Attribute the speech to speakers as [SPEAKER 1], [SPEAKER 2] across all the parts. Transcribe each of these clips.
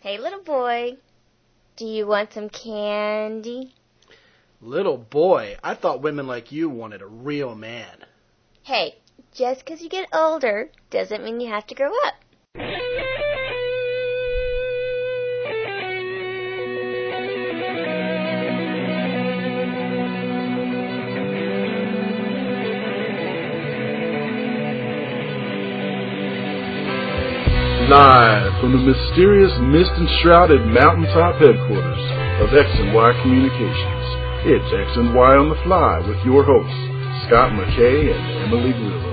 [SPEAKER 1] Hey, little boy, do you want some candy?
[SPEAKER 2] Little boy, I thought women like you wanted a real man.
[SPEAKER 1] Hey, just 'cause you get older doesn't mean you have to grow up.
[SPEAKER 3] Live from the mysterious mist enshrouded mountaintop headquarters of X and Y Communications, it's X and Y on the Fly with your hosts, Scott McKay and Emily Grillo.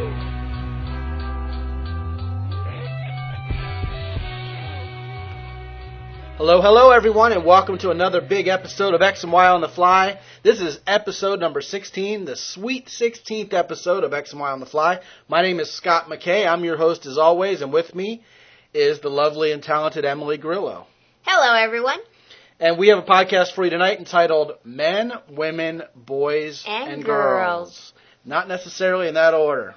[SPEAKER 2] Hello, hello, everyone, and welcome to another big episode of X and Y on the Fly. This is episode number 16, the sweet 16th episode of X and Y on the Fly. My name is Scott McKay. I'm your host as always, and with me is the lovely and talented Emily Grillo.
[SPEAKER 1] Hello, everyone.
[SPEAKER 2] And we have a podcast for you tonight entitled Men, Women, Boys,
[SPEAKER 1] And Girls.
[SPEAKER 2] Not necessarily in that order.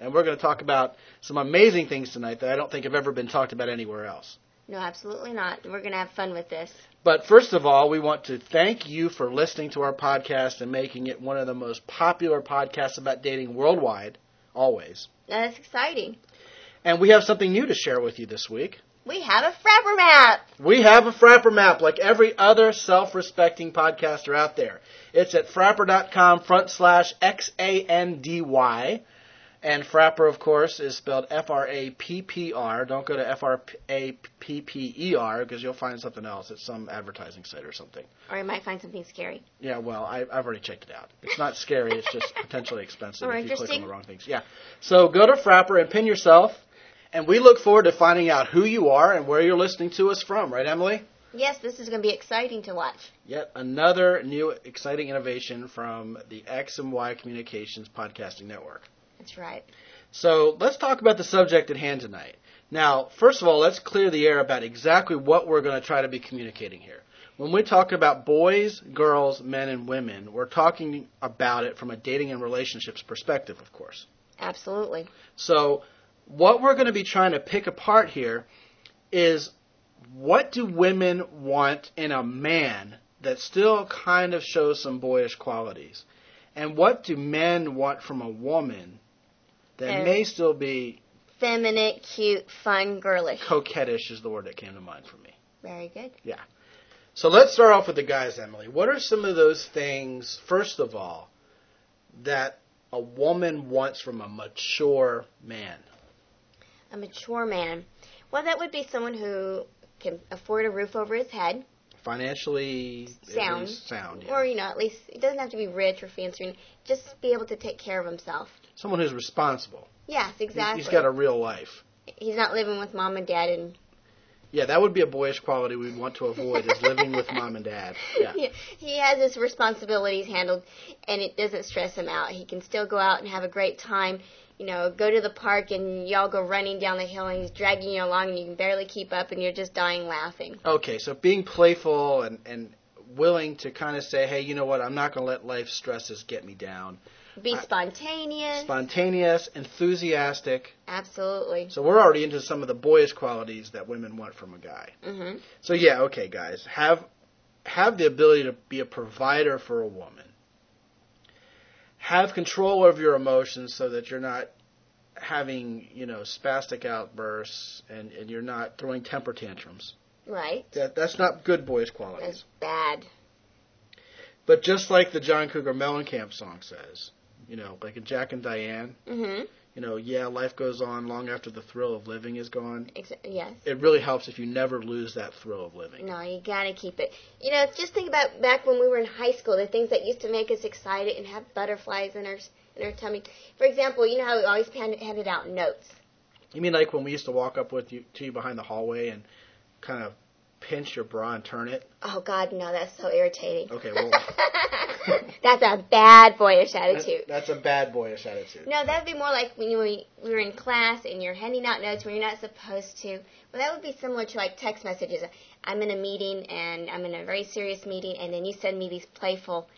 [SPEAKER 2] And we're going to talk about some amazing things tonight that I don't think have ever been talked about anywhere else.
[SPEAKER 1] No, absolutely not. We're going to have fun with this.
[SPEAKER 2] But first of all, we want to thank you for listening to our podcast and making it one of the most popular podcasts about dating worldwide, always.
[SPEAKER 1] That's exciting.
[SPEAKER 2] And we have something new to share with you this week.
[SPEAKER 1] We have a Frapper map.
[SPEAKER 2] We have a Frapper map like every other self respecting podcaster out there. It's at frapper.com front slash X A N D Y. And Frapper, of course, is spelled F R A P P R. Don't go to F R A P P E R because you'll find something else. It's some advertising site or something.
[SPEAKER 1] Or you might find something scary.
[SPEAKER 2] Yeah, well, I, I've already checked it out. It's not scary. It's just potentially expensive
[SPEAKER 1] Or
[SPEAKER 2] if you click on
[SPEAKER 1] interesting.
[SPEAKER 2] the wrong things. Yeah. So go to Frapper and pin yourself. And we look forward to finding out who you are and where you're listening to us from. Right, Emily?
[SPEAKER 1] Yes, this is going to be exciting to watch.
[SPEAKER 2] Yet another new exciting innovation from the X and Y Communications Podcasting Network.
[SPEAKER 1] That's right.
[SPEAKER 2] So let's talk about the subject at hand tonight. Now, first of all, let's clear the air about exactly what we're going to try to be communicating here. When we talk about boys, girls, men, and women, we're talking about it from a dating and relationships perspective, of course.
[SPEAKER 1] Absolutely.
[SPEAKER 2] So, what we're going to be trying to pick apart here is what do women want in a man that still kind of shows some boyish qualities? And what do men want from a woman that
[SPEAKER 1] And-
[SPEAKER 2] may still be
[SPEAKER 1] Feminine, cute, fun, girlish.
[SPEAKER 2] coquettish, is the word that came to mind for me.
[SPEAKER 1] Very good.
[SPEAKER 2] So, let's start off with the guys, Emily. What are some of those things, first of all, that a woman wants from a mature man?
[SPEAKER 1] A mature man. Well, that would be someone who can afford a roof over his head,
[SPEAKER 2] Financially at
[SPEAKER 1] Sound.
[SPEAKER 2] least sound yeah.
[SPEAKER 1] or, you know, at least it doesn't have to be rich or fancy, or anything. just be able to take care of himself.
[SPEAKER 2] someone who's responsible.
[SPEAKER 1] Yes,
[SPEAKER 2] He-
[SPEAKER 1] exactly.
[SPEAKER 2] He's got a real life.
[SPEAKER 1] He's not living with mom and dad and
[SPEAKER 2] Yeah, that would be a boyish quality we'd want to avoid is living with mom and dad. Yeah.
[SPEAKER 1] Yeah, he has his responsibilities handled, and it doesn't stress him out. He can still go out and have a great time. You know, go to the park and y'all go running down the hill, and he's dragging you along, and you can barely keep up, and you're just dying laughing.
[SPEAKER 2] Okay, so being playful and and willing to kind of say, "Hey, you know what? I'm not going to let life stresses get me down."
[SPEAKER 1] Be
[SPEAKER 2] I-
[SPEAKER 1] spontaneous.
[SPEAKER 2] Spontaneous, enthusiastic.
[SPEAKER 1] Absolutely.
[SPEAKER 2] So we're already into some of the boyish qualities that women want from a guy.
[SPEAKER 1] hmm
[SPEAKER 2] So yeah, okay, guys, have have the ability to be a provider for a woman. Have control of your emotions so that you're not having you know spastic outbursts and, and you're not throwing temper tantrums.
[SPEAKER 1] Right.
[SPEAKER 2] That that's not good boyish
[SPEAKER 1] That's
[SPEAKER 2] qualities.
[SPEAKER 1] bad.
[SPEAKER 2] But just like the John Cougar Mellencamp song says, you know, like in Jack and Diane,
[SPEAKER 1] hmm
[SPEAKER 2] you know, yeah, life goes on long after the thrill of living is gone.
[SPEAKER 1] Ex- yes.
[SPEAKER 2] It really helps if you never lose that thrill of living.
[SPEAKER 1] No, you gotta keep it. You know, just think about back when we were in high school, the things that used to make us excited and have butterflies in our in our tummy. For example, you know how we always pan- handed out notes.
[SPEAKER 2] You mean like when we used to walk up with you to you behind the hallway and kind of pinch your bra and turn it?
[SPEAKER 1] Oh God, no, that's so irritating.
[SPEAKER 2] Okay, well
[SPEAKER 1] that's a bad boyish
[SPEAKER 2] that's,
[SPEAKER 1] attitude.
[SPEAKER 2] that's a bad boyish attitude.
[SPEAKER 1] No, that would be more like when you when we were in class and you're handing out notes when you're not supposed to. Well, that would be similar to like text messages. I'm in a meeting and I'm in a very serious meeting, and then you send me these playful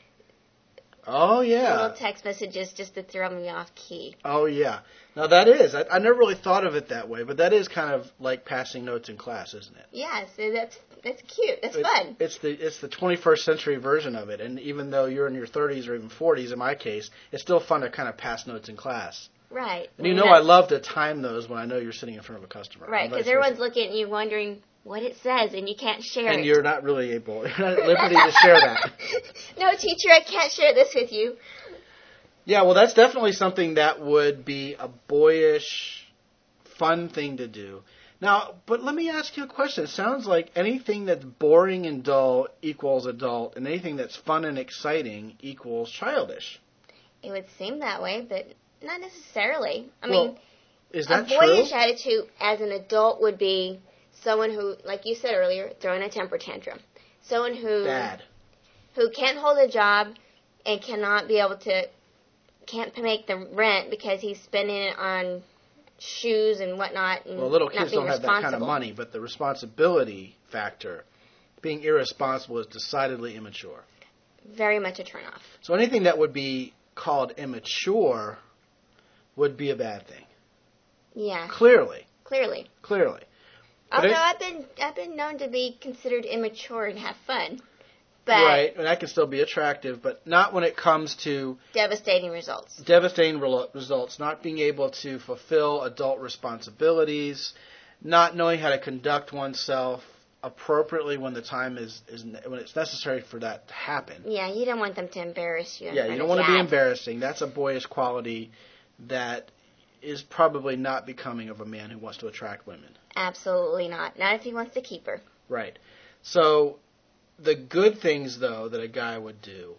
[SPEAKER 2] Oh
[SPEAKER 1] Little
[SPEAKER 2] yeah.
[SPEAKER 1] text messages just to throw me off key.
[SPEAKER 2] Oh yeah. Now that is. I, I never really thought of it that way, but that is kind of like passing notes in class, isn't it?
[SPEAKER 1] Yeah, so that's that's cute. That's
[SPEAKER 2] It-
[SPEAKER 1] fun.
[SPEAKER 2] It's the it's the 21st century version of it, and even though you're in your 30s or even 40s, in my case, it's still fun to kind of pass notes in class.
[SPEAKER 1] Right.
[SPEAKER 2] And you
[SPEAKER 1] When
[SPEAKER 2] know,
[SPEAKER 1] you're
[SPEAKER 2] I
[SPEAKER 1] not-
[SPEAKER 2] love to time those when I know you're sitting in front of a customer.
[SPEAKER 1] Right,
[SPEAKER 2] and vice
[SPEAKER 1] because everyone's
[SPEAKER 2] versa.
[SPEAKER 1] looking at you wondering what it says, and you can't share
[SPEAKER 2] and
[SPEAKER 1] it.
[SPEAKER 2] you're not really able, you're not at liberty to share that.
[SPEAKER 1] no, teacher, I can't share this with you.
[SPEAKER 2] Yeah, well, that's definitely something that would be a boyish, fun thing to do. Now, but let me ask you a question. It sounds like anything that's boring and dull equals adult, and anything that's fun and exciting equals childish.
[SPEAKER 1] It would seem that way, but not necessarily. I
[SPEAKER 2] Well,
[SPEAKER 1] mean,
[SPEAKER 2] Is
[SPEAKER 1] a
[SPEAKER 2] that true?
[SPEAKER 1] boyish attitude as an adult would be someone who, like you said earlier, throwing a temper tantrum. Someone who
[SPEAKER 2] Bad.
[SPEAKER 1] who can't hold a job and cannot be able to can't make the rent because he's spending it on shoes and whatnot and
[SPEAKER 2] Well, little
[SPEAKER 1] not
[SPEAKER 2] kids
[SPEAKER 1] being
[SPEAKER 2] don't have that kind of
[SPEAKER 1] responsible.
[SPEAKER 2] money, but the responsibility factor, being irresponsible, is decidedly immature.
[SPEAKER 1] Very much a turnoff.
[SPEAKER 2] So anything that would be called immature would be a bad thing.
[SPEAKER 1] Yeah,
[SPEAKER 2] Clearly,
[SPEAKER 1] clearly.
[SPEAKER 2] clearly. But
[SPEAKER 1] Although
[SPEAKER 2] it-
[SPEAKER 1] I've been I've been known to be considered immature and have fun, but
[SPEAKER 2] right, and that can still be attractive, but not when it comes to
[SPEAKER 1] devastating results.
[SPEAKER 2] devastating rel- results, not being able to fulfill adult responsibilities, not knowing how to conduct oneself appropriately when the time is, is ne- when it's necessary for that to happen.
[SPEAKER 1] Yeah, you don't want them to embarrass you. in
[SPEAKER 2] Yeah,
[SPEAKER 1] front
[SPEAKER 2] you
[SPEAKER 1] of
[SPEAKER 2] don't want to be
[SPEAKER 1] dad.
[SPEAKER 2] embarrassing. That's a boyish quality that is probably not becoming of a man who wants to attract women.
[SPEAKER 1] Absolutely not. Not if he wants to keep her.
[SPEAKER 2] Right. So the good things though that a guy would do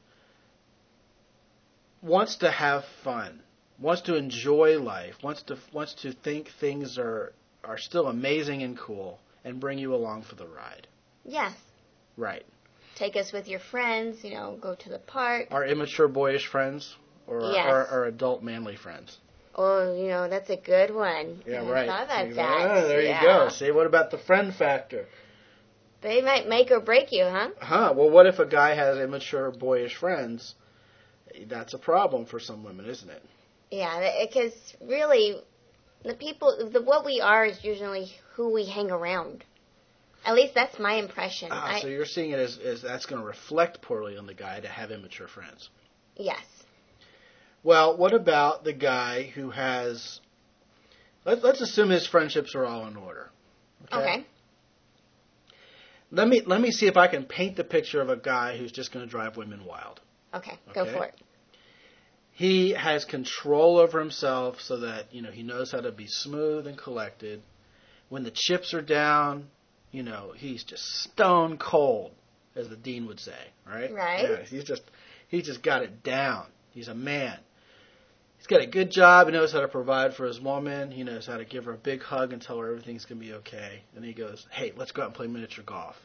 [SPEAKER 2] wants to have fun, wants to enjoy life, wants to wants to think things are are still amazing and cool and bring you along for the ride.
[SPEAKER 1] Yes,
[SPEAKER 2] Right.
[SPEAKER 1] take us with your friends. You know, go to the park.
[SPEAKER 2] Our immature boyish friends or our-
[SPEAKER 1] Yes.
[SPEAKER 2] our, our adult manly friends.
[SPEAKER 1] Oh, you know, that's a good one.
[SPEAKER 2] Yeah,
[SPEAKER 1] I
[SPEAKER 2] right.
[SPEAKER 1] Thought about
[SPEAKER 2] You go,
[SPEAKER 1] that.
[SPEAKER 2] "Ah, there
[SPEAKER 1] Yeah.
[SPEAKER 2] you go. See, what about the friend factor?
[SPEAKER 1] They might make or break you, huh?
[SPEAKER 2] Huh. Well, what if a guy has immature boyish friends? That's a problem for some women, isn't it?
[SPEAKER 1] Yeah, because really, the people, the what we are is usually who we hang around. At least that's my impression.
[SPEAKER 2] Ah,
[SPEAKER 1] I,
[SPEAKER 2] so you're seeing it as, as that's going to reflect poorly on the guy to have immature friends.
[SPEAKER 1] yes.
[SPEAKER 2] Well, what about the guy who has? Let, let's assume his friendships are all in order.
[SPEAKER 1] Okay.
[SPEAKER 2] Let me let me see if I can paint the picture of a guy who's just going to drive women wild.
[SPEAKER 1] Okay. Go
[SPEAKER 2] Okay.
[SPEAKER 1] for it.
[SPEAKER 2] He has control over himself so that you know he knows how to be smooth and collected. When the chips are down, you know he's just stone cold, as the dean would say. Right.
[SPEAKER 1] Right.
[SPEAKER 2] Yeah, he's just he's just got it down. He's a man. He's got a good job. He knows how to provide for his woman. He knows how to give her a big hug and tell her everything's gonna be okay. And he goes, "Hey, let's go out and play miniature golf."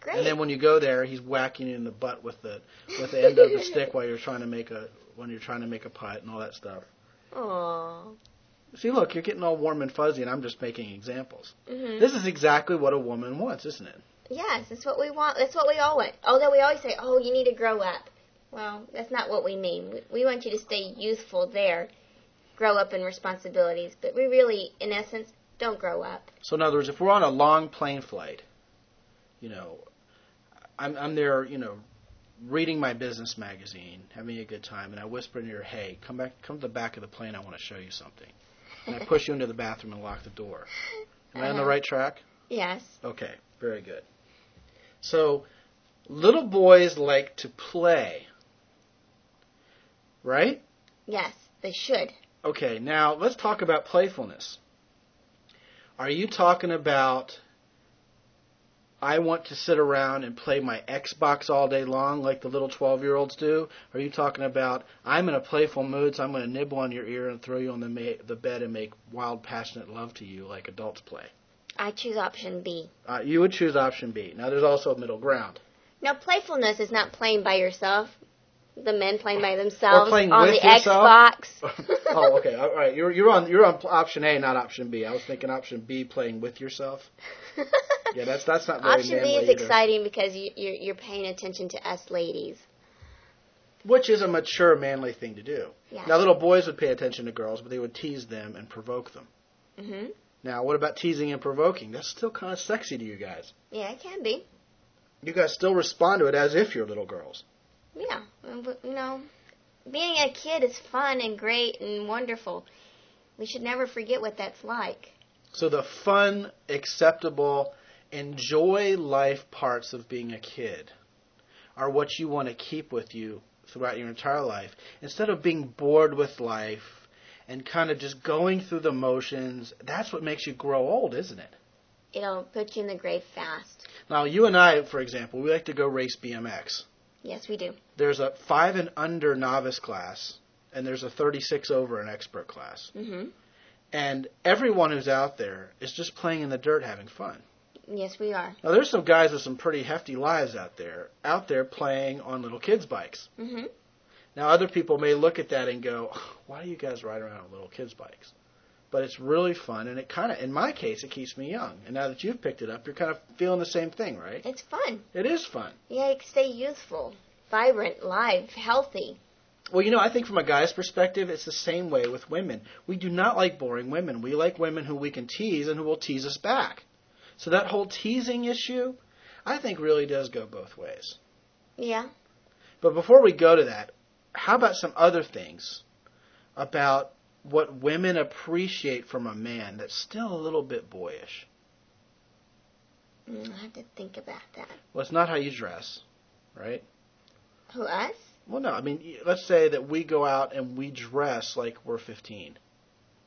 [SPEAKER 1] Great.
[SPEAKER 2] And then when you go there, he's whacking you in the butt with the with the end of the stick while you're trying to make a when you're trying to make a putt and all that stuff.
[SPEAKER 1] Aww.
[SPEAKER 2] See, look, you're getting all warm and fuzzy, and I'm just making examples.
[SPEAKER 1] hmm
[SPEAKER 2] This is exactly what a woman wants, isn't it?
[SPEAKER 1] Yes, that's what we want. That's what we all want. Although we always say, "Oh, you need to grow up." Well, that's not what we mean. We, we want you to stay youthful there, grow up in responsibilities, but we really, in essence, don't grow up.
[SPEAKER 2] So in other words, if we're on a long plane flight, you know, I'm I'm there, you know, reading my business magazine, having a good time, and I whisper in your ear, "Hey, come back, come to the back of the plane. I want to show you something." And I push you into the bathroom and lock the door. Am I on the
[SPEAKER 1] Uh-huh.
[SPEAKER 2] right track?
[SPEAKER 1] Yes.
[SPEAKER 2] Okay, very good. So, little boys like to play, right?
[SPEAKER 1] Yes, they should.
[SPEAKER 2] Okay, now let's talk about playfulness. Are you talking about I want to sit around and play my Xbox all day long like the little 12 year olds do? Are you talking about I'm in a playful mood, so I'm going to nibble on your ear and throw you on the, ma- the bed and make wild, passionate love to you like adults play?
[SPEAKER 1] I choose option B.
[SPEAKER 2] Uh, you would choose option B. Now, there's also a middle ground.
[SPEAKER 1] Now, playfulness is not playing by yourself. The men playing by themselves
[SPEAKER 2] playing
[SPEAKER 1] on
[SPEAKER 2] with
[SPEAKER 1] the
[SPEAKER 2] yourself?
[SPEAKER 1] Xbox.
[SPEAKER 2] oh, okay. All right. You're you're on you're on pl- option A, not option B. I was thinking option B, playing with yourself. Yeah, that's that's not very
[SPEAKER 1] option B
[SPEAKER 2] manly
[SPEAKER 1] is
[SPEAKER 2] either.
[SPEAKER 1] exciting because you, you're, you're paying attention to us ladies.
[SPEAKER 2] which is a mature, manly thing to do.
[SPEAKER 1] Yeah.
[SPEAKER 2] Now, little boys would pay attention to girls, but they would tease them and provoke them.
[SPEAKER 1] Mhm.
[SPEAKER 2] Now, what about teasing and provoking? That's still kind of sexy to you guys.
[SPEAKER 1] Yeah, it can be.
[SPEAKER 2] You guys still respond to it as if you're little girls.
[SPEAKER 1] Yeah. Well, but, You know, being a kid is fun and great and wonderful. We should never forget what that's like.
[SPEAKER 2] So the fun, acceptable, enjoy life parts of being a kid are what you want to keep with you throughout your entire life. Instead of being bored with life and kind of just going through the motions, that's what makes you grow old, isn't it?
[SPEAKER 1] It'll put you in the grave fast.
[SPEAKER 2] Now, you and I, for example, we like to go race BMX.
[SPEAKER 1] Yes, we do.
[SPEAKER 2] There's a 5 and under novice class, and there's a 36 over an expert class.
[SPEAKER 1] Mhm.
[SPEAKER 2] And everyone who's out there is just playing in the dirt having fun.
[SPEAKER 1] Yes, we are.
[SPEAKER 2] Now there's some guys with some pretty hefty lives out there, out there playing on little kids' bikes.
[SPEAKER 1] Mhm.
[SPEAKER 2] Now other people may look at that and go, "Why do you guys ride around on little kids' bikes?" But it's really fun, and it kind of, in my case, it keeps me young. And now that you've picked it up, you're kind of feeling the same thing, right?
[SPEAKER 1] It's fun.
[SPEAKER 2] It is fun.
[SPEAKER 1] Yeah, you can stay youthful, vibrant, live, healthy.
[SPEAKER 2] Well, you know, I think from a guy's perspective, it's the same way with women. We do not like boring women. We like women who we can tease and who will tease us back. So that whole teasing issue, I think, really does go both ways.
[SPEAKER 1] Yeah.
[SPEAKER 2] But before we go to that, how about some other things about what women appreciate from a man that's still a little bit boyish?
[SPEAKER 1] Mm, I have to think about that.
[SPEAKER 2] Well, it's not how you dress, right?
[SPEAKER 1] Who us?
[SPEAKER 2] Well, no, I mean, y- let's say that we go out and we dress like we're 15.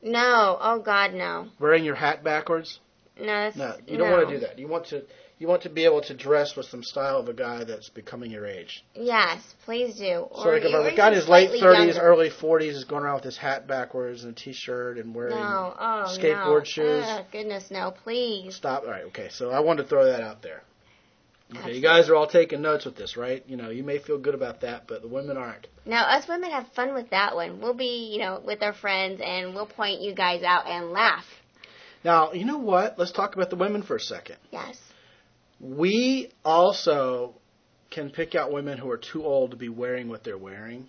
[SPEAKER 1] No. Oh God, no.
[SPEAKER 2] Wearing your hat backwards?
[SPEAKER 1] No. That's,
[SPEAKER 2] No, you don't want to do that. You want to you want to be able to dress with some style of a guy that's becoming your age.
[SPEAKER 1] Yes, please do.
[SPEAKER 2] So
[SPEAKER 1] Or-
[SPEAKER 2] like if
[SPEAKER 1] or
[SPEAKER 2] a
[SPEAKER 1] even
[SPEAKER 2] guy in his late
[SPEAKER 1] slightly
[SPEAKER 2] 30s,
[SPEAKER 1] younger.
[SPEAKER 2] early 40s is going around with his hat backwards and a t-shirt and wearing
[SPEAKER 1] No. Oh
[SPEAKER 2] skateboard
[SPEAKER 1] no.
[SPEAKER 2] shoes.
[SPEAKER 1] Ugh, goodness, no, please.
[SPEAKER 2] Stop. All right. Okay. So I wanted to throw that out there. Okay. You
[SPEAKER 1] Absolutely.
[SPEAKER 2] guys are all taking notes with this, right? You know, you may feel good about that, but the women aren't.
[SPEAKER 1] No, us women have fun with that one. We'll be, you know, with our friends and we'll point you guys out and laugh.
[SPEAKER 2] Now, you know what? Let's talk about the women for a second.
[SPEAKER 1] Yes.
[SPEAKER 2] We also can pick out women who are too old to be wearing what they're wearing,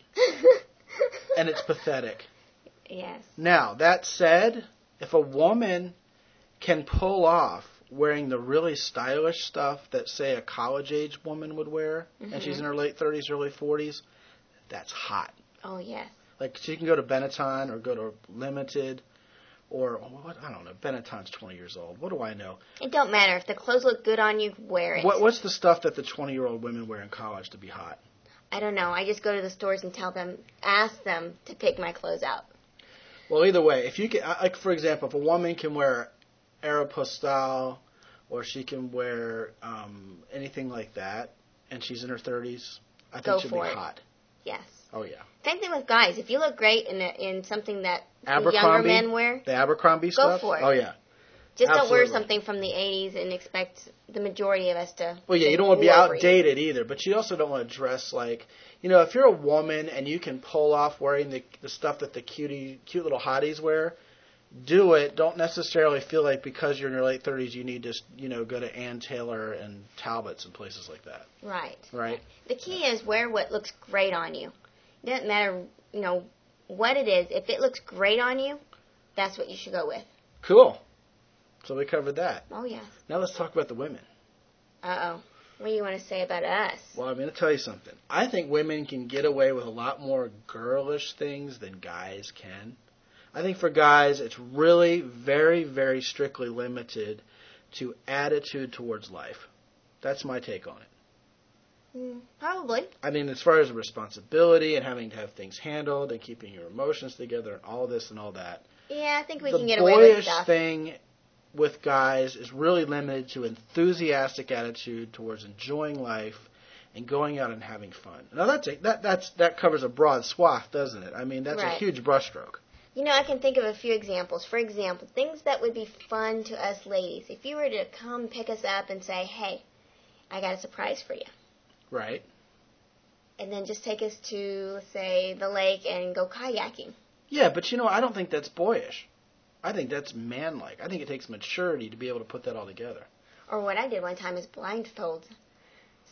[SPEAKER 2] and it's pathetic.
[SPEAKER 1] Yes.
[SPEAKER 2] Now, that said, if a woman can pull off wearing the really stylish stuff that, say, a college age woman would wear, and she's in her late 30s, early 40s, that's hot.
[SPEAKER 1] Oh yes.
[SPEAKER 2] Like she can go to Benetton or go to Limited or what I don't know. Benetton's twenty years old. What do I know?
[SPEAKER 1] It don't matter if the clothes look good on you, wear it.
[SPEAKER 2] What what's the stuff that the twenty year old women wear in college to be hot?
[SPEAKER 1] I don't know. I just go to the stores and tell them, ask them to pick my clothes out.
[SPEAKER 2] Well, either way, if you can, I- like for example, if a woman can wear Aeropostale or she can wear um, anything like that, and she's in her thirties, I think
[SPEAKER 1] Go
[SPEAKER 2] she'll
[SPEAKER 1] for
[SPEAKER 2] be
[SPEAKER 1] it.
[SPEAKER 2] hot.
[SPEAKER 1] Yes.
[SPEAKER 2] Oh yeah,
[SPEAKER 1] Same thing with guys. If you look great in a, in something that the younger
[SPEAKER 2] Abercrombie?
[SPEAKER 1] men wear,
[SPEAKER 2] the Abercrombie stuff.
[SPEAKER 1] for it.
[SPEAKER 2] Oh yeah.
[SPEAKER 1] just don't wear
[SPEAKER 2] Absolutely.
[SPEAKER 1] something from the 80s and expect the majority of us to.
[SPEAKER 2] Well, yeah, you don't want to be
[SPEAKER 1] war for you.
[SPEAKER 2] outdated either, but you also don't want to dress like, you know, if you're a woman and you can pull off wearing the the stuff that the cutie, cute little hotties wear, do it. Don't necessarily feel like because you're in your late 30s you need to, you know, go to Ann Taylor and Talbots and places like that,
[SPEAKER 1] Right.
[SPEAKER 2] right?
[SPEAKER 1] The key is wear what looks great on you. It doesn't matter, you know, what it is. If it looks great on you, that's what you should go with.
[SPEAKER 2] Cool. So we covered that.
[SPEAKER 1] Oh yes.
[SPEAKER 2] Now let's talk about the women.
[SPEAKER 1] Uh oh. What do you want to say about us?
[SPEAKER 2] Well, I'm going to tell you something. I think women can get away with a lot more girlish things than guys can. I think for guys, it's really very, very strictly limited to attitude towards life. That's my take on it.
[SPEAKER 1] Mm, probably.
[SPEAKER 2] I mean, as far as responsibility and having to have things handled and keeping your emotions together and all this and all that,
[SPEAKER 1] Yeah, I think we
[SPEAKER 2] the
[SPEAKER 1] can get
[SPEAKER 2] boyish
[SPEAKER 1] away with stuff.
[SPEAKER 2] thing with guys is really limited to enthusiastic attitude towards enjoying life and going out and having fun. Now that's a, that that's that covers a broad swath, doesn't it? I mean, that's a
[SPEAKER 1] Right.
[SPEAKER 2] huge brushstroke.
[SPEAKER 1] You know, I can think of a few examples. For example, things that would be fun to us ladies. If you were to come pick us up and say, "Hey, I got a surprise for you,"
[SPEAKER 2] Right.
[SPEAKER 1] and then just take us to, let's say, the lake and go kayaking.
[SPEAKER 2] Yeah, but you know, I don't think that's boyish. I think that's manlike. I think it takes maturity to be able to put that all together.
[SPEAKER 1] Or what I did one time is blindfold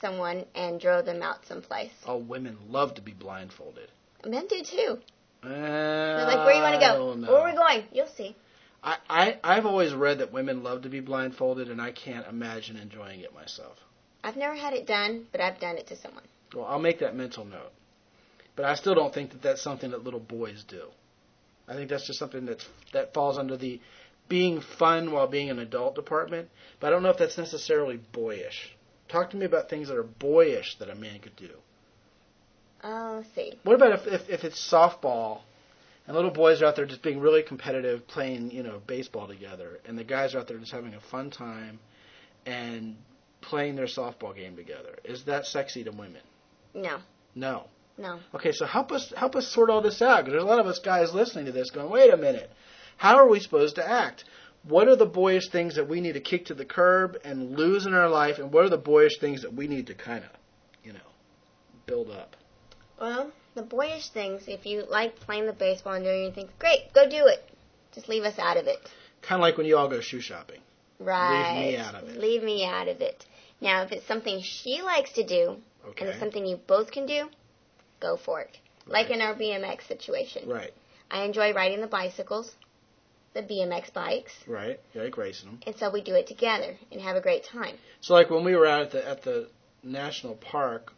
[SPEAKER 1] someone and drove them out someplace.
[SPEAKER 2] All women love to be blindfolded.
[SPEAKER 1] Men do too.
[SPEAKER 2] Uh,
[SPEAKER 1] They're like, where you want to
[SPEAKER 2] Oh,
[SPEAKER 1] go? Where are we going? You'll see.
[SPEAKER 2] I, I, I've always read that women love to be blindfolded, and I can't imagine enjoying it myself.
[SPEAKER 1] I've never had it done, but I've done it to someone.
[SPEAKER 2] Well, I'll make that mental note. But I still don't think that that's something that little boys do. I think that's just something that's, that falls under the being fun while being an adult department. But I don't know if that's necessarily boyish. Talk to me about things that are boyish that a man could do.
[SPEAKER 1] Oh, let's see.
[SPEAKER 2] What about if, if, if it's softball and little boys are out there just being really competitive playing, you know, baseball together and the guys are out there just having a fun time and playing their softball game together. Is that sexy to women?
[SPEAKER 1] No,
[SPEAKER 2] No.
[SPEAKER 1] no.
[SPEAKER 2] Okay, so help us help us sort all this out because there's a lot of us guys listening to this going, "Wait a minute. How are we supposed to act? What are the boyish things that we need to kick to the curb and lose in our life and what are the boyish things that we need to kind of, you know, build up?"
[SPEAKER 1] Well, the boyish things, if you like playing the baseball and doing your thing, great, go do it. Just leave us out of it.
[SPEAKER 2] Kind of like when you all go shoe shopping.
[SPEAKER 1] Right.
[SPEAKER 2] out of it.
[SPEAKER 1] Leave me out of it. Now, if it's something she likes to do and
[SPEAKER 2] Okay.
[SPEAKER 1] it's something you both can do, go for it. Like in our BMX situation.
[SPEAKER 2] Right,
[SPEAKER 1] I enjoy riding the bicycles, the BMX bikes,
[SPEAKER 2] right. Yeah, like racing 'em.
[SPEAKER 1] and so we do it together and have a great time.
[SPEAKER 2] So like when we were out at the at the national park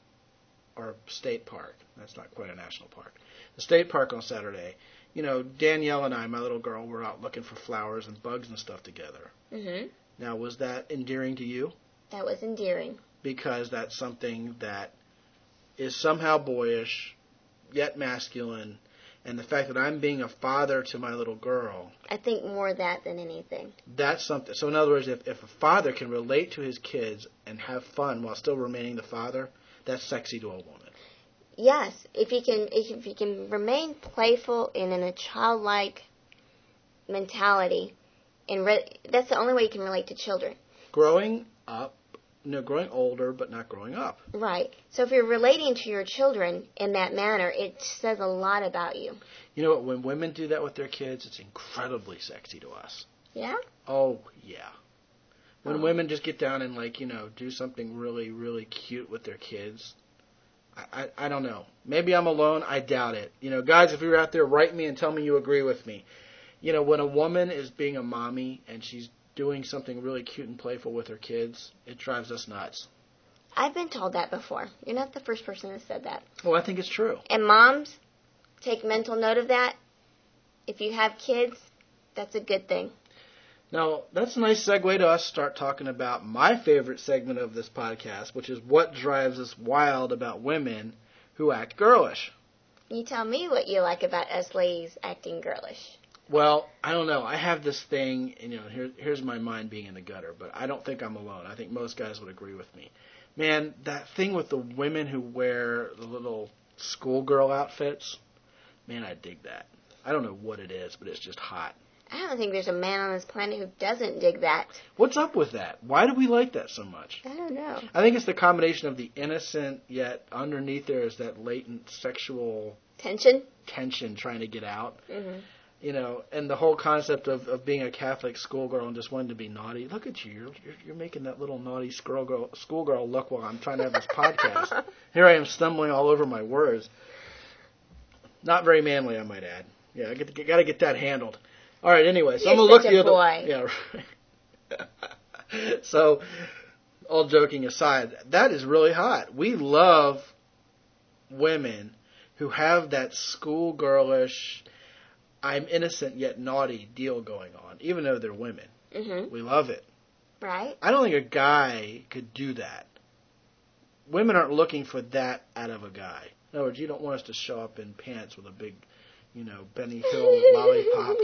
[SPEAKER 2] or state park, that's not quite a national park. The state park on Saturday, you know, Danielle and I, my little girl, were out looking for flowers and bugs and stuff together.
[SPEAKER 1] hmm
[SPEAKER 2] Now was that endearing to you?
[SPEAKER 1] That was endearing.
[SPEAKER 2] Because that's something that is somehow boyish, yet masculine, and the fact that I'm being a father to my little girl,
[SPEAKER 1] I think more that than anything.
[SPEAKER 2] that's something. So in other words, if, if a father can relate to his kids and have fun while still remaining the father, that's sexy to a woman.
[SPEAKER 1] Yes, if you can, if if you can remain playful and in a childlike mentality, and re- that's the only way you can relate to children,
[SPEAKER 2] growing up, no, growing older, but not growing up.
[SPEAKER 1] right? So if you're relating to your children in that manner, it says a lot about you.
[SPEAKER 2] You know what? When women do that with their kids, it's incredibly sexy to us.
[SPEAKER 1] Yeah.
[SPEAKER 2] Oh yeah. When
[SPEAKER 1] Oh.
[SPEAKER 2] women just get down and like you know do something really really cute with their kids, I, I I don't know. Maybe I'm alone. I doubt it. You know, guys, if you're out there, write me and tell me you agree with me. You know, when a woman is being a mommy and she's doing something really cute and playful with her kids, it drives us nuts.
[SPEAKER 1] I've been told that before. You're not the first person that said that.
[SPEAKER 2] Well, I think it's true.
[SPEAKER 1] And moms, take mental note of that. If you have kids, that's a good thing.
[SPEAKER 2] Now, that's a nice segue to us start talking about my favorite segment of this podcast, which is what drives us wild about women who act girlish.
[SPEAKER 1] You tell me what you like about us ladies acting girlish.
[SPEAKER 2] Well, I don't know. I have this thing, and, you know, here, here's my mind being in the gutter, but I don't think I'm alone. I think most guys would agree with me. Man, that thing with the women who wear the little schoolgirl outfits, man, I dig that. I don't know what it is, but it's just hot.
[SPEAKER 1] I don't think there's a man on this planet who doesn't dig that.
[SPEAKER 2] What's up with that? Why do we like that so much?
[SPEAKER 1] I don't know.
[SPEAKER 2] I think it's the combination of the innocent, yet underneath there is that latent sexual
[SPEAKER 1] Tension?
[SPEAKER 2] tension trying to get out,
[SPEAKER 1] Mm-hmm.
[SPEAKER 2] you know, and the whole concept of, of being a Catholic schoolgirl and just wanting to be naughty. Look at you, you're, you're, you're making that little naughty schoolgirl, schoolgirl look while I'm trying to have this podcast. Here I am stumbling all over my words. Not very manly, I might add. Yeah, I get, got to get that handled. All right, anyway, so
[SPEAKER 1] You're
[SPEAKER 2] I'm gonna look
[SPEAKER 1] such
[SPEAKER 2] the
[SPEAKER 1] a
[SPEAKER 2] other.
[SPEAKER 1] boy.
[SPEAKER 2] Yeah. right. so, all joking aside, that is really hot. We love women who have that schoolgirlish, I'm innocent yet naughty deal going on, even though they're women.
[SPEAKER 1] Mm-hmm.
[SPEAKER 2] We love it.
[SPEAKER 1] Right?
[SPEAKER 2] I don't think a guy could do that. Women aren't looking for that out of a guy. In other words, you don't want us to show up in pants with a big, you know, Benny Hill lollipop,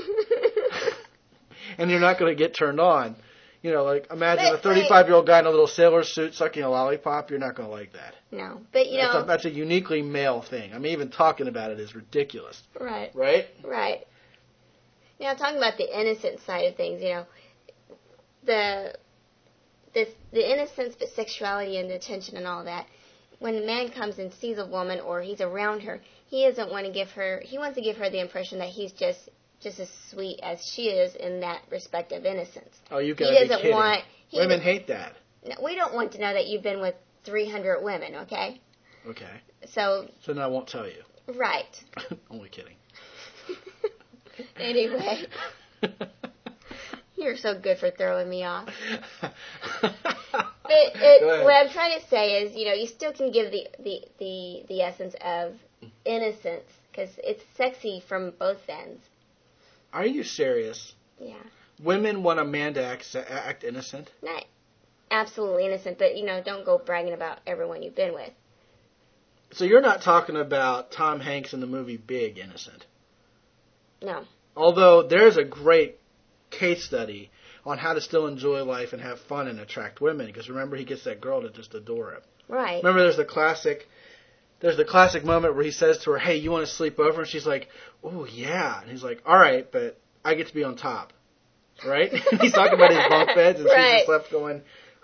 [SPEAKER 2] and you're not going to get turned on. You know, like imagine a
[SPEAKER 1] But,
[SPEAKER 2] 35 year old guy in a little sailor suit sucking a lollipop. You're not going to like that.
[SPEAKER 1] no, but you
[SPEAKER 2] that's, a,
[SPEAKER 1] know,
[SPEAKER 2] that's a uniquely male thing. I mean, even talking about it is ridiculous,
[SPEAKER 1] right,
[SPEAKER 2] right?
[SPEAKER 1] right. Now talking about the innocent side of things, you know, the the the innocence, but sexuality and the tension and all that. When a man comes and sees a woman or he's around her, he doesn't want to give her. He wants to give her the impression that he's just just as sweet as she is in that respect of innocence.
[SPEAKER 2] Oh, you
[SPEAKER 1] He
[SPEAKER 2] gotta be
[SPEAKER 1] doesn't
[SPEAKER 2] kidding.
[SPEAKER 1] want. He
[SPEAKER 2] Women hate that.
[SPEAKER 1] No, we don't want to know that you've been with 300 women, okay?
[SPEAKER 2] Okay.
[SPEAKER 1] So,
[SPEAKER 2] So now I won't tell you.
[SPEAKER 1] right.
[SPEAKER 2] Only kidding.
[SPEAKER 1] Anyway, you're so good for throwing me off. But
[SPEAKER 2] Go ahead.
[SPEAKER 1] it, what I'm trying to say is, you know, you still can give the the the, the essence of innocence because it's sexy from both ends.
[SPEAKER 2] Are you serious?
[SPEAKER 1] Yeah,
[SPEAKER 2] Women want a man to act, act innocent?
[SPEAKER 1] not absolutely innocent, but you know, don't go bragging about everyone you've been with.
[SPEAKER 2] So you're not talking about Tom Hanks in the movie Big Innocent.
[SPEAKER 1] No,
[SPEAKER 2] Although there's a great case study on how to still enjoy life and have fun and attract women because remember he gets that girl to just adore him.
[SPEAKER 1] right?
[SPEAKER 2] Remember there's the classic there's the classic moment where he says to her, "Hey, you want to sleep over?" and she's like, "Oh, yeah." And he's like, "All right, but I get to be on top." Right? he's talking about his bunk beds and she's
[SPEAKER 1] Right.
[SPEAKER 2] just left going,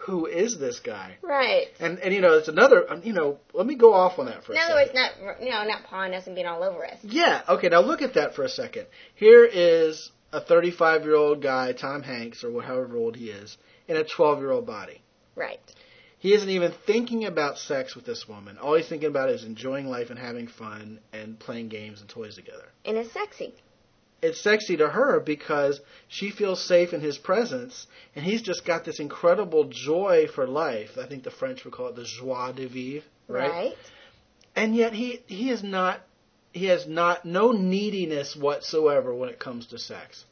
[SPEAKER 2] "Who is this guy?"
[SPEAKER 1] Right.
[SPEAKER 2] And and you know, it's another, um, you know, let me go off on that for
[SPEAKER 1] In
[SPEAKER 2] a
[SPEAKER 1] other
[SPEAKER 2] second.
[SPEAKER 1] words, not you know, not pawing us and being all over us.
[SPEAKER 2] Yeah. Okay. Now look at that for a second. Here is a 35 year old guy, Tom Hanks, or however old he is, in a 12 year old body.
[SPEAKER 1] Right.
[SPEAKER 2] He isn't even thinking about sex with this woman. All he's thinking about is enjoying life and having fun and playing games and toys together.
[SPEAKER 1] And it's sexy.
[SPEAKER 2] It's sexy to her because she feels safe in his presence, and he's just got this incredible joy for life. I think the French would call it the joie de vivre, right? and yet he he is not he has not no neediness whatsoever when it comes to sex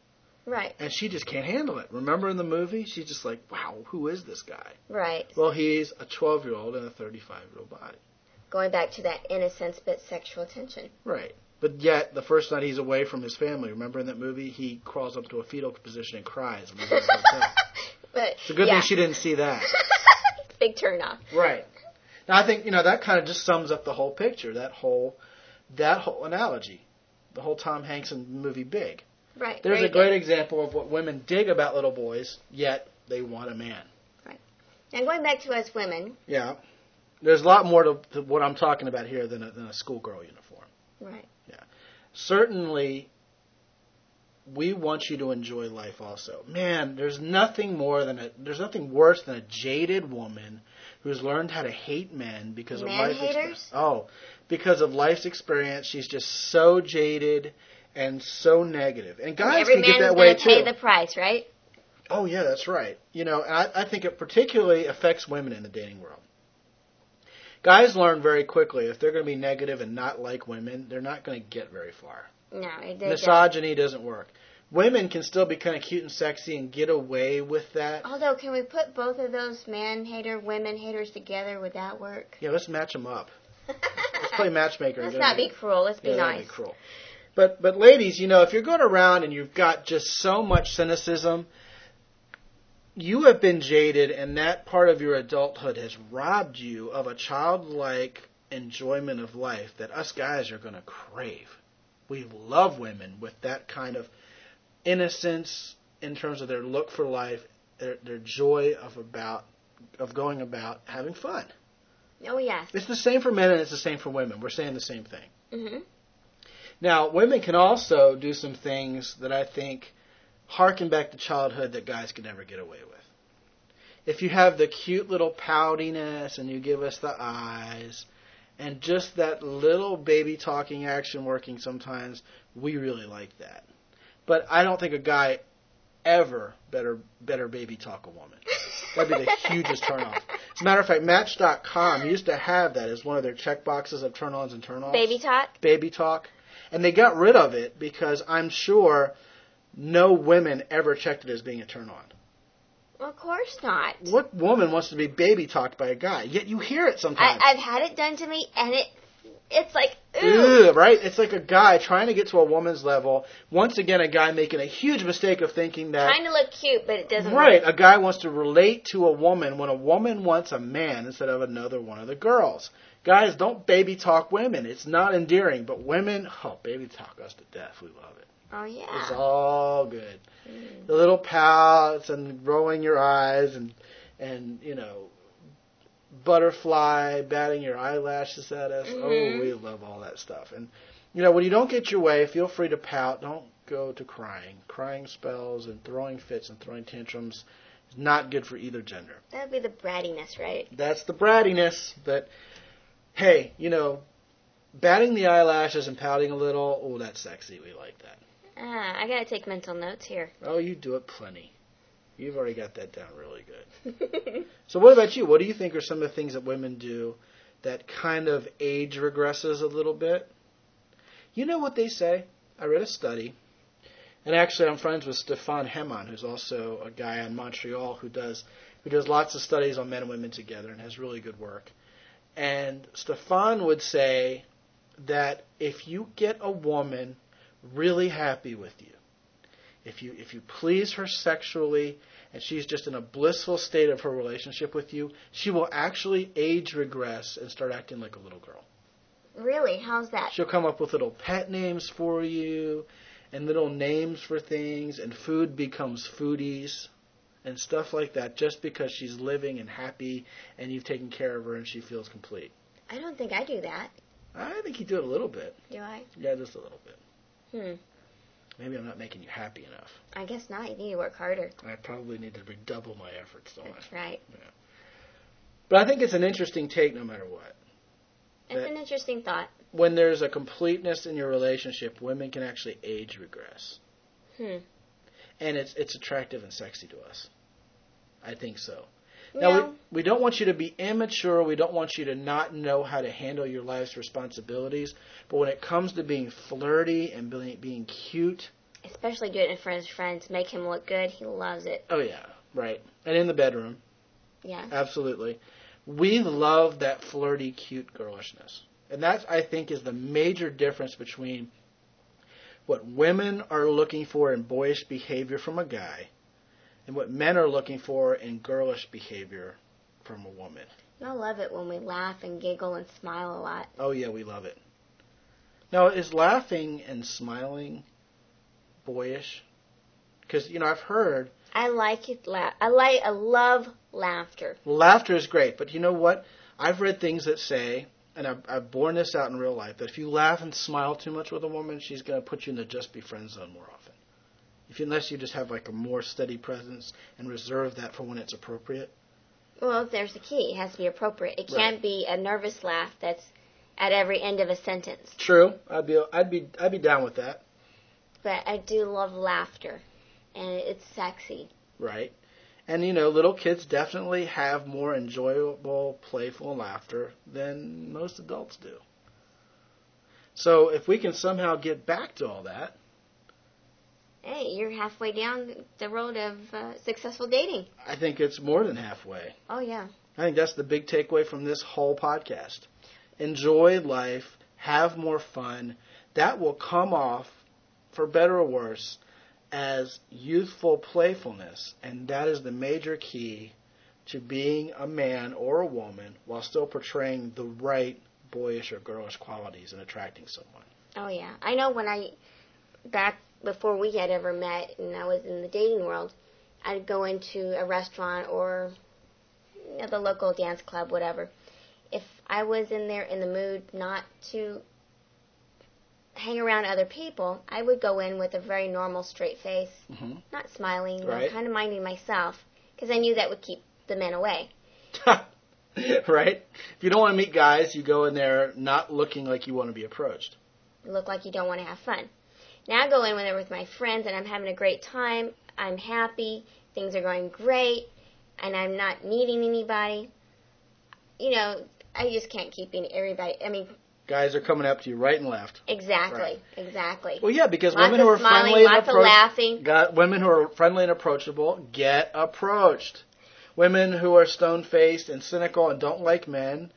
[SPEAKER 1] Right.
[SPEAKER 2] and she just can't handle it remember in the movie she's just like wow who is this guy
[SPEAKER 1] Right.
[SPEAKER 2] well he's a 12 year old in a 35 year old body
[SPEAKER 1] Going back to that innocence but sexual tension.
[SPEAKER 2] right but yet the first night he's away from his family remember in that movie he crawls up to a fetal position and cries and leaves the hotel.
[SPEAKER 1] But
[SPEAKER 2] it's a good
[SPEAKER 1] yeah.
[SPEAKER 2] thing she didn't see that
[SPEAKER 1] Big turn off.
[SPEAKER 2] right now i think you know that kind of just sums up the whole picture that whole that whole analogy the whole tom hanks and movie big
[SPEAKER 1] Right.
[SPEAKER 2] There's
[SPEAKER 1] very
[SPEAKER 2] a great example of what women dig about little boys, yet they want a man.
[SPEAKER 1] good. Now going back to us women.
[SPEAKER 2] Yeah. There's a lot more to, to what I'm talking about here than a, than a schoolgirl uniform.
[SPEAKER 1] Right.
[SPEAKER 2] Certainly, we want you to enjoy life also. Man, there's nothing more than a, there's nothing worse than a jaded woman who's learned how to hate men because of
[SPEAKER 1] Man
[SPEAKER 2] life
[SPEAKER 1] haters?
[SPEAKER 2] Oh, because of life's experience, she's just so jaded and so negative. And guys
[SPEAKER 1] Every
[SPEAKER 2] can get
[SPEAKER 1] man's
[SPEAKER 2] that
[SPEAKER 1] gonna
[SPEAKER 2] way too.
[SPEAKER 1] pay the price, right?
[SPEAKER 2] Oh yeah, that's right. You know, and I, I think it particularly affects women in the dating world. Guys learn very quickly if they're going to be negative and not like women, they're not going to get very far.
[SPEAKER 1] No, it doesn't.
[SPEAKER 2] Misogyny doesn't work. Women can still be kind of cute and sexy and get away with that.
[SPEAKER 1] Although, can we put both of those man hater, women haters together? Would that work?
[SPEAKER 2] Yeah, let's match them up. Let's play matchmaker. and
[SPEAKER 1] Let's
[SPEAKER 2] get
[SPEAKER 1] not
[SPEAKER 2] them-
[SPEAKER 1] be cruel. Let's be
[SPEAKER 2] Yeah, that'd
[SPEAKER 1] nice.
[SPEAKER 2] be cruel. But but ladies, you know, if you're going around and you've got just so much cynicism, you have been jaded, and that part of your adulthood has robbed you of a childlike enjoyment of life that us guys are going to crave. We love women with that kind of innocence in terms of their look for life, their, their joy of about of going about having fun.
[SPEAKER 1] Oh yeah.
[SPEAKER 2] It's the same for men and it's the same for women. We're saying the same thing.
[SPEAKER 1] hmm
[SPEAKER 2] Now, women can also do some things that I think harken back to childhood that guys could never get away with. If you have the cute little poutiness and you give us the eyes and just that little baby talking action working sometimes, we really like that. But I don't think a guy ever better better baby talk a woman. That'd be the hugest turnoff. As a matter of fact, Match.com used to have that as one of their checkboxes of turn ons and turn offs
[SPEAKER 1] Baby talk.
[SPEAKER 2] baby talk. And they got rid of it because I'm sure no women ever checked it as being a turn on.
[SPEAKER 1] Well, of course not.
[SPEAKER 2] What woman wants to be baby talked by a guy? Yet you hear it sometimes.
[SPEAKER 1] I, I've had it done to me, and it it's like ooh.
[SPEAKER 2] Ugh, right? It's like a guy trying to get to a woman's level. Once again, a guy making a huge mistake of thinking that.
[SPEAKER 1] Trying to look cute, but it doesn't.
[SPEAKER 2] Right,
[SPEAKER 1] Work.
[SPEAKER 2] a guy wants to relate to a woman when a woman wants a man instead of another one of the girls. Guys, don't baby talk women. It's not endearing, but women, oh, baby talk us to death. We love it.
[SPEAKER 1] Oh
[SPEAKER 2] It's
[SPEAKER 1] yeah.
[SPEAKER 2] all good. The little pouts and rolling your eyes and and you know butterfly batting your eyelashes at us. Oh,
[SPEAKER 1] Mhm.
[SPEAKER 2] we love all that stuff. And you know when you don't get your way, feel free to pout. Don't go to crying. Crying spells and throwing fits and throwing tantrums Not good for either gender.
[SPEAKER 1] That would be the brattiness, right?
[SPEAKER 2] That's the brattiness that, hey, you know, batting the eyelashes and pouting a little, oh, that's sexy. We like that.
[SPEAKER 1] Ah, I gotta take mental notes here.
[SPEAKER 2] Oh, you do it plenty. You've already got that down really good. so, what about you? What do you think are some of the things that women do that kind of age regresses a little bit? You know what they say? I read a study, and actually, I'm friends with Stefan Heman, who's also a guy in Montreal who does who does lots of studies on men and women together and has really good work. And Stefan would say that if you get a woman really happy with you, if you if you please her sexually and she's just in a blissful state of her relationship with you, she will actually age regress and start acting like a little girl.
[SPEAKER 1] Really? How's that?
[SPEAKER 2] She'll come up with little pet names for you and little names for things and food becomes foodies and stuff like that just because she's living and happy and you've taken care of her and she feels complete.
[SPEAKER 1] I don't think I do that.
[SPEAKER 2] I think you do it a little bit.
[SPEAKER 1] Do I?
[SPEAKER 2] Yeah, just a little bit.
[SPEAKER 1] Hmm.
[SPEAKER 2] Maybe I'm not making you happy enough.
[SPEAKER 1] I guess not. You need to work harder.
[SPEAKER 2] I probably need to redouble my efforts, don't I?
[SPEAKER 1] That's right.
[SPEAKER 2] But I think it's an interesting take no matter what.
[SPEAKER 1] That's
[SPEAKER 2] That-
[SPEAKER 1] an interesting thought.
[SPEAKER 2] When there's a completeness in your relationship, women can actually age regress.
[SPEAKER 1] Hmm.
[SPEAKER 2] And it's it's attractive and sexy to us. I think so.
[SPEAKER 1] no.
[SPEAKER 2] Now, we, we don't want you to be immature. We don't want you to not know how to handle your life's responsibilities. But when it comes to being flirty and being, being cute,
[SPEAKER 1] Especially do it in front of his friends. Make him look good. He loves it.
[SPEAKER 2] oh, yeah, right. And in the bedroom,
[SPEAKER 1] Yeah.
[SPEAKER 2] Absolutely. We love that flirty, cute girlishness. And that, I think, is the major difference between what women are looking for in boyish behavior from a guy and what men are looking for in girlish behavior from a woman.
[SPEAKER 1] And I love it when we laugh and giggle and smile a lot.
[SPEAKER 2] Oh, yeah, we love it. Now, is laughing and smiling boyish? Because, you know, I've heard
[SPEAKER 1] I like it. La- I like. I love laughter.
[SPEAKER 2] Laughter is great, but you know what? I've read things that say, and I've, I've borne this out in real life, that if you laugh and smile too much with a woman, she's going to put you in the just be friend zone more often. If you, unless you just have like a more steady presence and reserve that for when it's appropriate.
[SPEAKER 1] Well, there's the key. It has to be appropriate. It can't
[SPEAKER 2] Right.
[SPEAKER 1] be a nervous laugh that's at every end of a sentence.
[SPEAKER 2] True, I'd be I'd be I'd be down with that,
[SPEAKER 1] But I do love laughter, and it's sexy.
[SPEAKER 2] right? And you know, little kids definitely have more enjoyable, playful laughter than most adults do. So if we can somehow get back to all that,
[SPEAKER 1] Hey, you're halfway down the road of uh, successful dating.
[SPEAKER 2] I think it's more than halfway.
[SPEAKER 1] Oh yeah.
[SPEAKER 2] I think that's the big takeaway from this whole podcast. Enjoy life, have more fun. That will come off, for better or worse, as youthful playfulness, and that is the major key to being a man or a woman while still portraying the right boyish or girlish qualities and attracting someone.
[SPEAKER 1] Oh yeah, I know when I back before we had ever met and I was in the dating world, I'd go into a restaurant or you know, the local dance club, whatever. If I was in there in the mood not to hang around other people, I would go in with a very normal, straight face,
[SPEAKER 2] Mhm.
[SPEAKER 1] not smiling,
[SPEAKER 2] Right.
[SPEAKER 1] kind of minding myself, because I knew that would keep the men away.
[SPEAKER 2] right? If you don't want to meet guys, you go in there not looking like you want to be approached.
[SPEAKER 1] look like you don't want to have fun. Now I go in when I'm with my friends and I'm having a great time. I'm happy. Things are going great. And I'm not needing anybody. You know, I just can't keep being everybody. I mean,
[SPEAKER 2] Guys are coming up to you right and left.
[SPEAKER 1] exactly.
[SPEAKER 2] Right.
[SPEAKER 1] Exactly.
[SPEAKER 2] Well, yeah, because
[SPEAKER 1] Lots
[SPEAKER 2] women who
[SPEAKER 1] of
[SPEAKER 2] are
[SPEAKER 1] smiling,
[SPEAKER 2] friendly and
[SPEAKER 1] lots of
[SPEAKER 2] approach-
[SPEAKER 1] laughing.
[SPEAKER 2] got- women who are friendly and approachable get approached. Women who are stone faced and cynical and don't like men,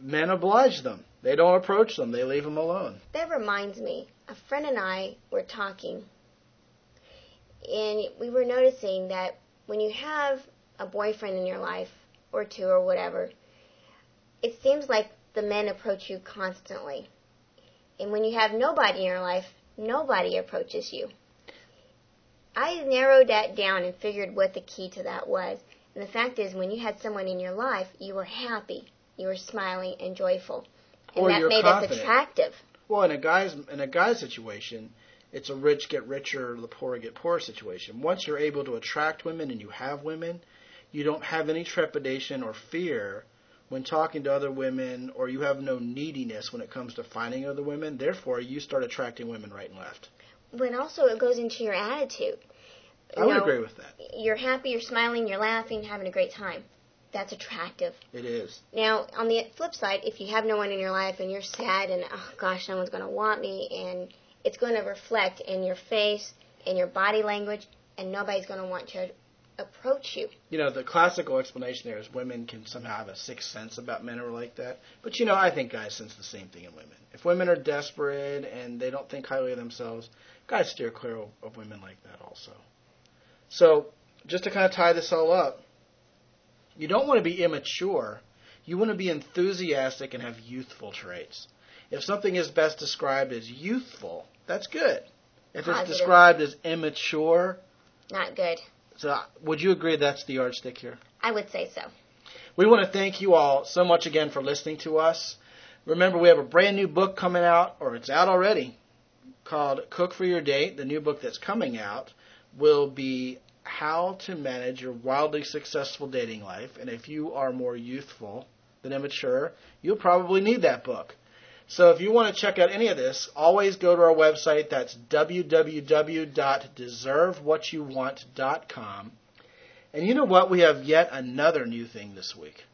[SPEAKER 2] men oblige them. They don't approach them. They leave them alone.
[SPEAKER 1] That reminds me, a friend and I were talking, and we were noticing that when you have a boyfriend in your life, or two, or whatever, it seems like the men approach you constantly. And when you have nobody in your life, nobody approaches you. I narrowed that down and figured what the key to that was. And the fact is, when you had someone in your life, you were happy, you were smiling and joyful. And
[SPEAKER 2] Or
[SPEAKER 1] that
[SPEAKER 2] you're
[SPEAKER 1] made us
[SPEAKER 2] confident.
[SPEAKER 1] attractive.
[SPEAKER 2] Well, in a guy's in a guy's situation, it's a rich get richer, the poor get poor situation. Once you're able to attract women and you have women, you don't have any trepidation or fear when talking to other women, or you have no neediness when it comes to finding other women. Therefore, you start attracting women right and left.
[SPEAKER 1] But also, it goes into your attitude.
[SPEAKER 2] I would
[SPEAKER 1] No.
[SPEAKER 2] agree with that.
[SPEAKER 1] You're happy, you're smiling, you're laughing, having a great time. That's attractive.
[SPEAKER 2] It is.
[SPEAKER 1] Now, on the flip side, if you have no one in your life and you're sad and, oh gosh, no one's going to want me, and it's going to reflect in your face, in your body language, and nobody's going to want to approach you.
[SPEAKER 2] You know, the classical explanation there is women can somehow have a sixth sense about men or like that. But you know, I think guys sense the same thing in women. If women are desperate and they don't think highly of themselves, guys steer clear of- of women like that also. So, just to kind of tie this all up, you don't want to be immature. You want to be enthusiastic and have youthful traits. If something is best described as youthful, that's good. If it's
[SPEAKER 1] Positive.
[SPEAKER 2] described as immature,
[SPEAKER 1] Not good.
[SPEAKER 2] so would you agree that's the yardstick here?
[SPEAKER 1] I would say so.
[SPEAKER 2] We want to thank you all so much again for listening to us. Remember, we have a brand new book coming out, or it's out already, called Cook for Your Date. The new book that's coming out will be How to Manage Your Wildly Successful Dating Life. And if you are more youthful than immature, you'll probably need that book. So if you want to check out any of this, always go to our website. That's www.deservewhatyouwant.com. And you know what? We have yet another new thing this week.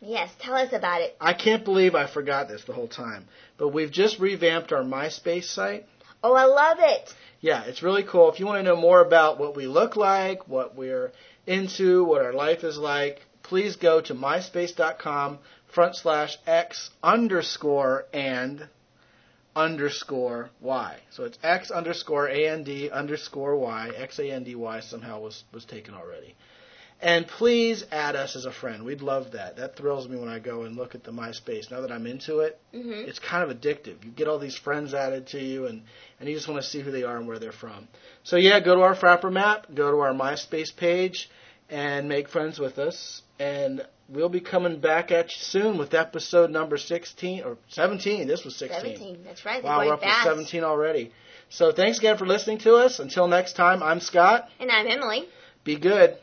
[SPEAKER 1] Yes, tell us about it.
[SPEAKER 2] I can't believe I forgot this the whole time. But we've just revamped our MySpace site.
[SPEAKER 1] Oh, I love it.
[SPEAKER 2] Yeah, it's really cool. If you want to know more about what we look like, what we're into, what our life is like, please go to myspace.com front slash x underscore and underscore y. So it's x underscore a n d underscore y. X a n d y somehow was, was taken already. And please add us as a friend. We'd love that. That thrills me when I go and look at the MySpace. Now that I'm into it,
[SPEAKER 1] hmm
[SPEAKER 2] it's kind of addictive. You get all these friends added to you, and, and you just want to see who they are and where they're from. So, yeah, go to our Frapper map, go to our MySpace page, and make friends with us. And we'll be coming back at you soon with episode number 16 or 17. This was 16.
[SPEAKER 1] 17. That's right. They're
[SPEAKER 2] Wow,
[SPEAKER 1] going
[SPEAKER 2] we're up
[SPEAKER 1] fast.
[SPEAKER 2] to 17 already. So, thanks again for listening to us. Until next time, I'm Scott.
[SPEAKER 1] And I'm Emily.
[SPEAKER 2] Be good.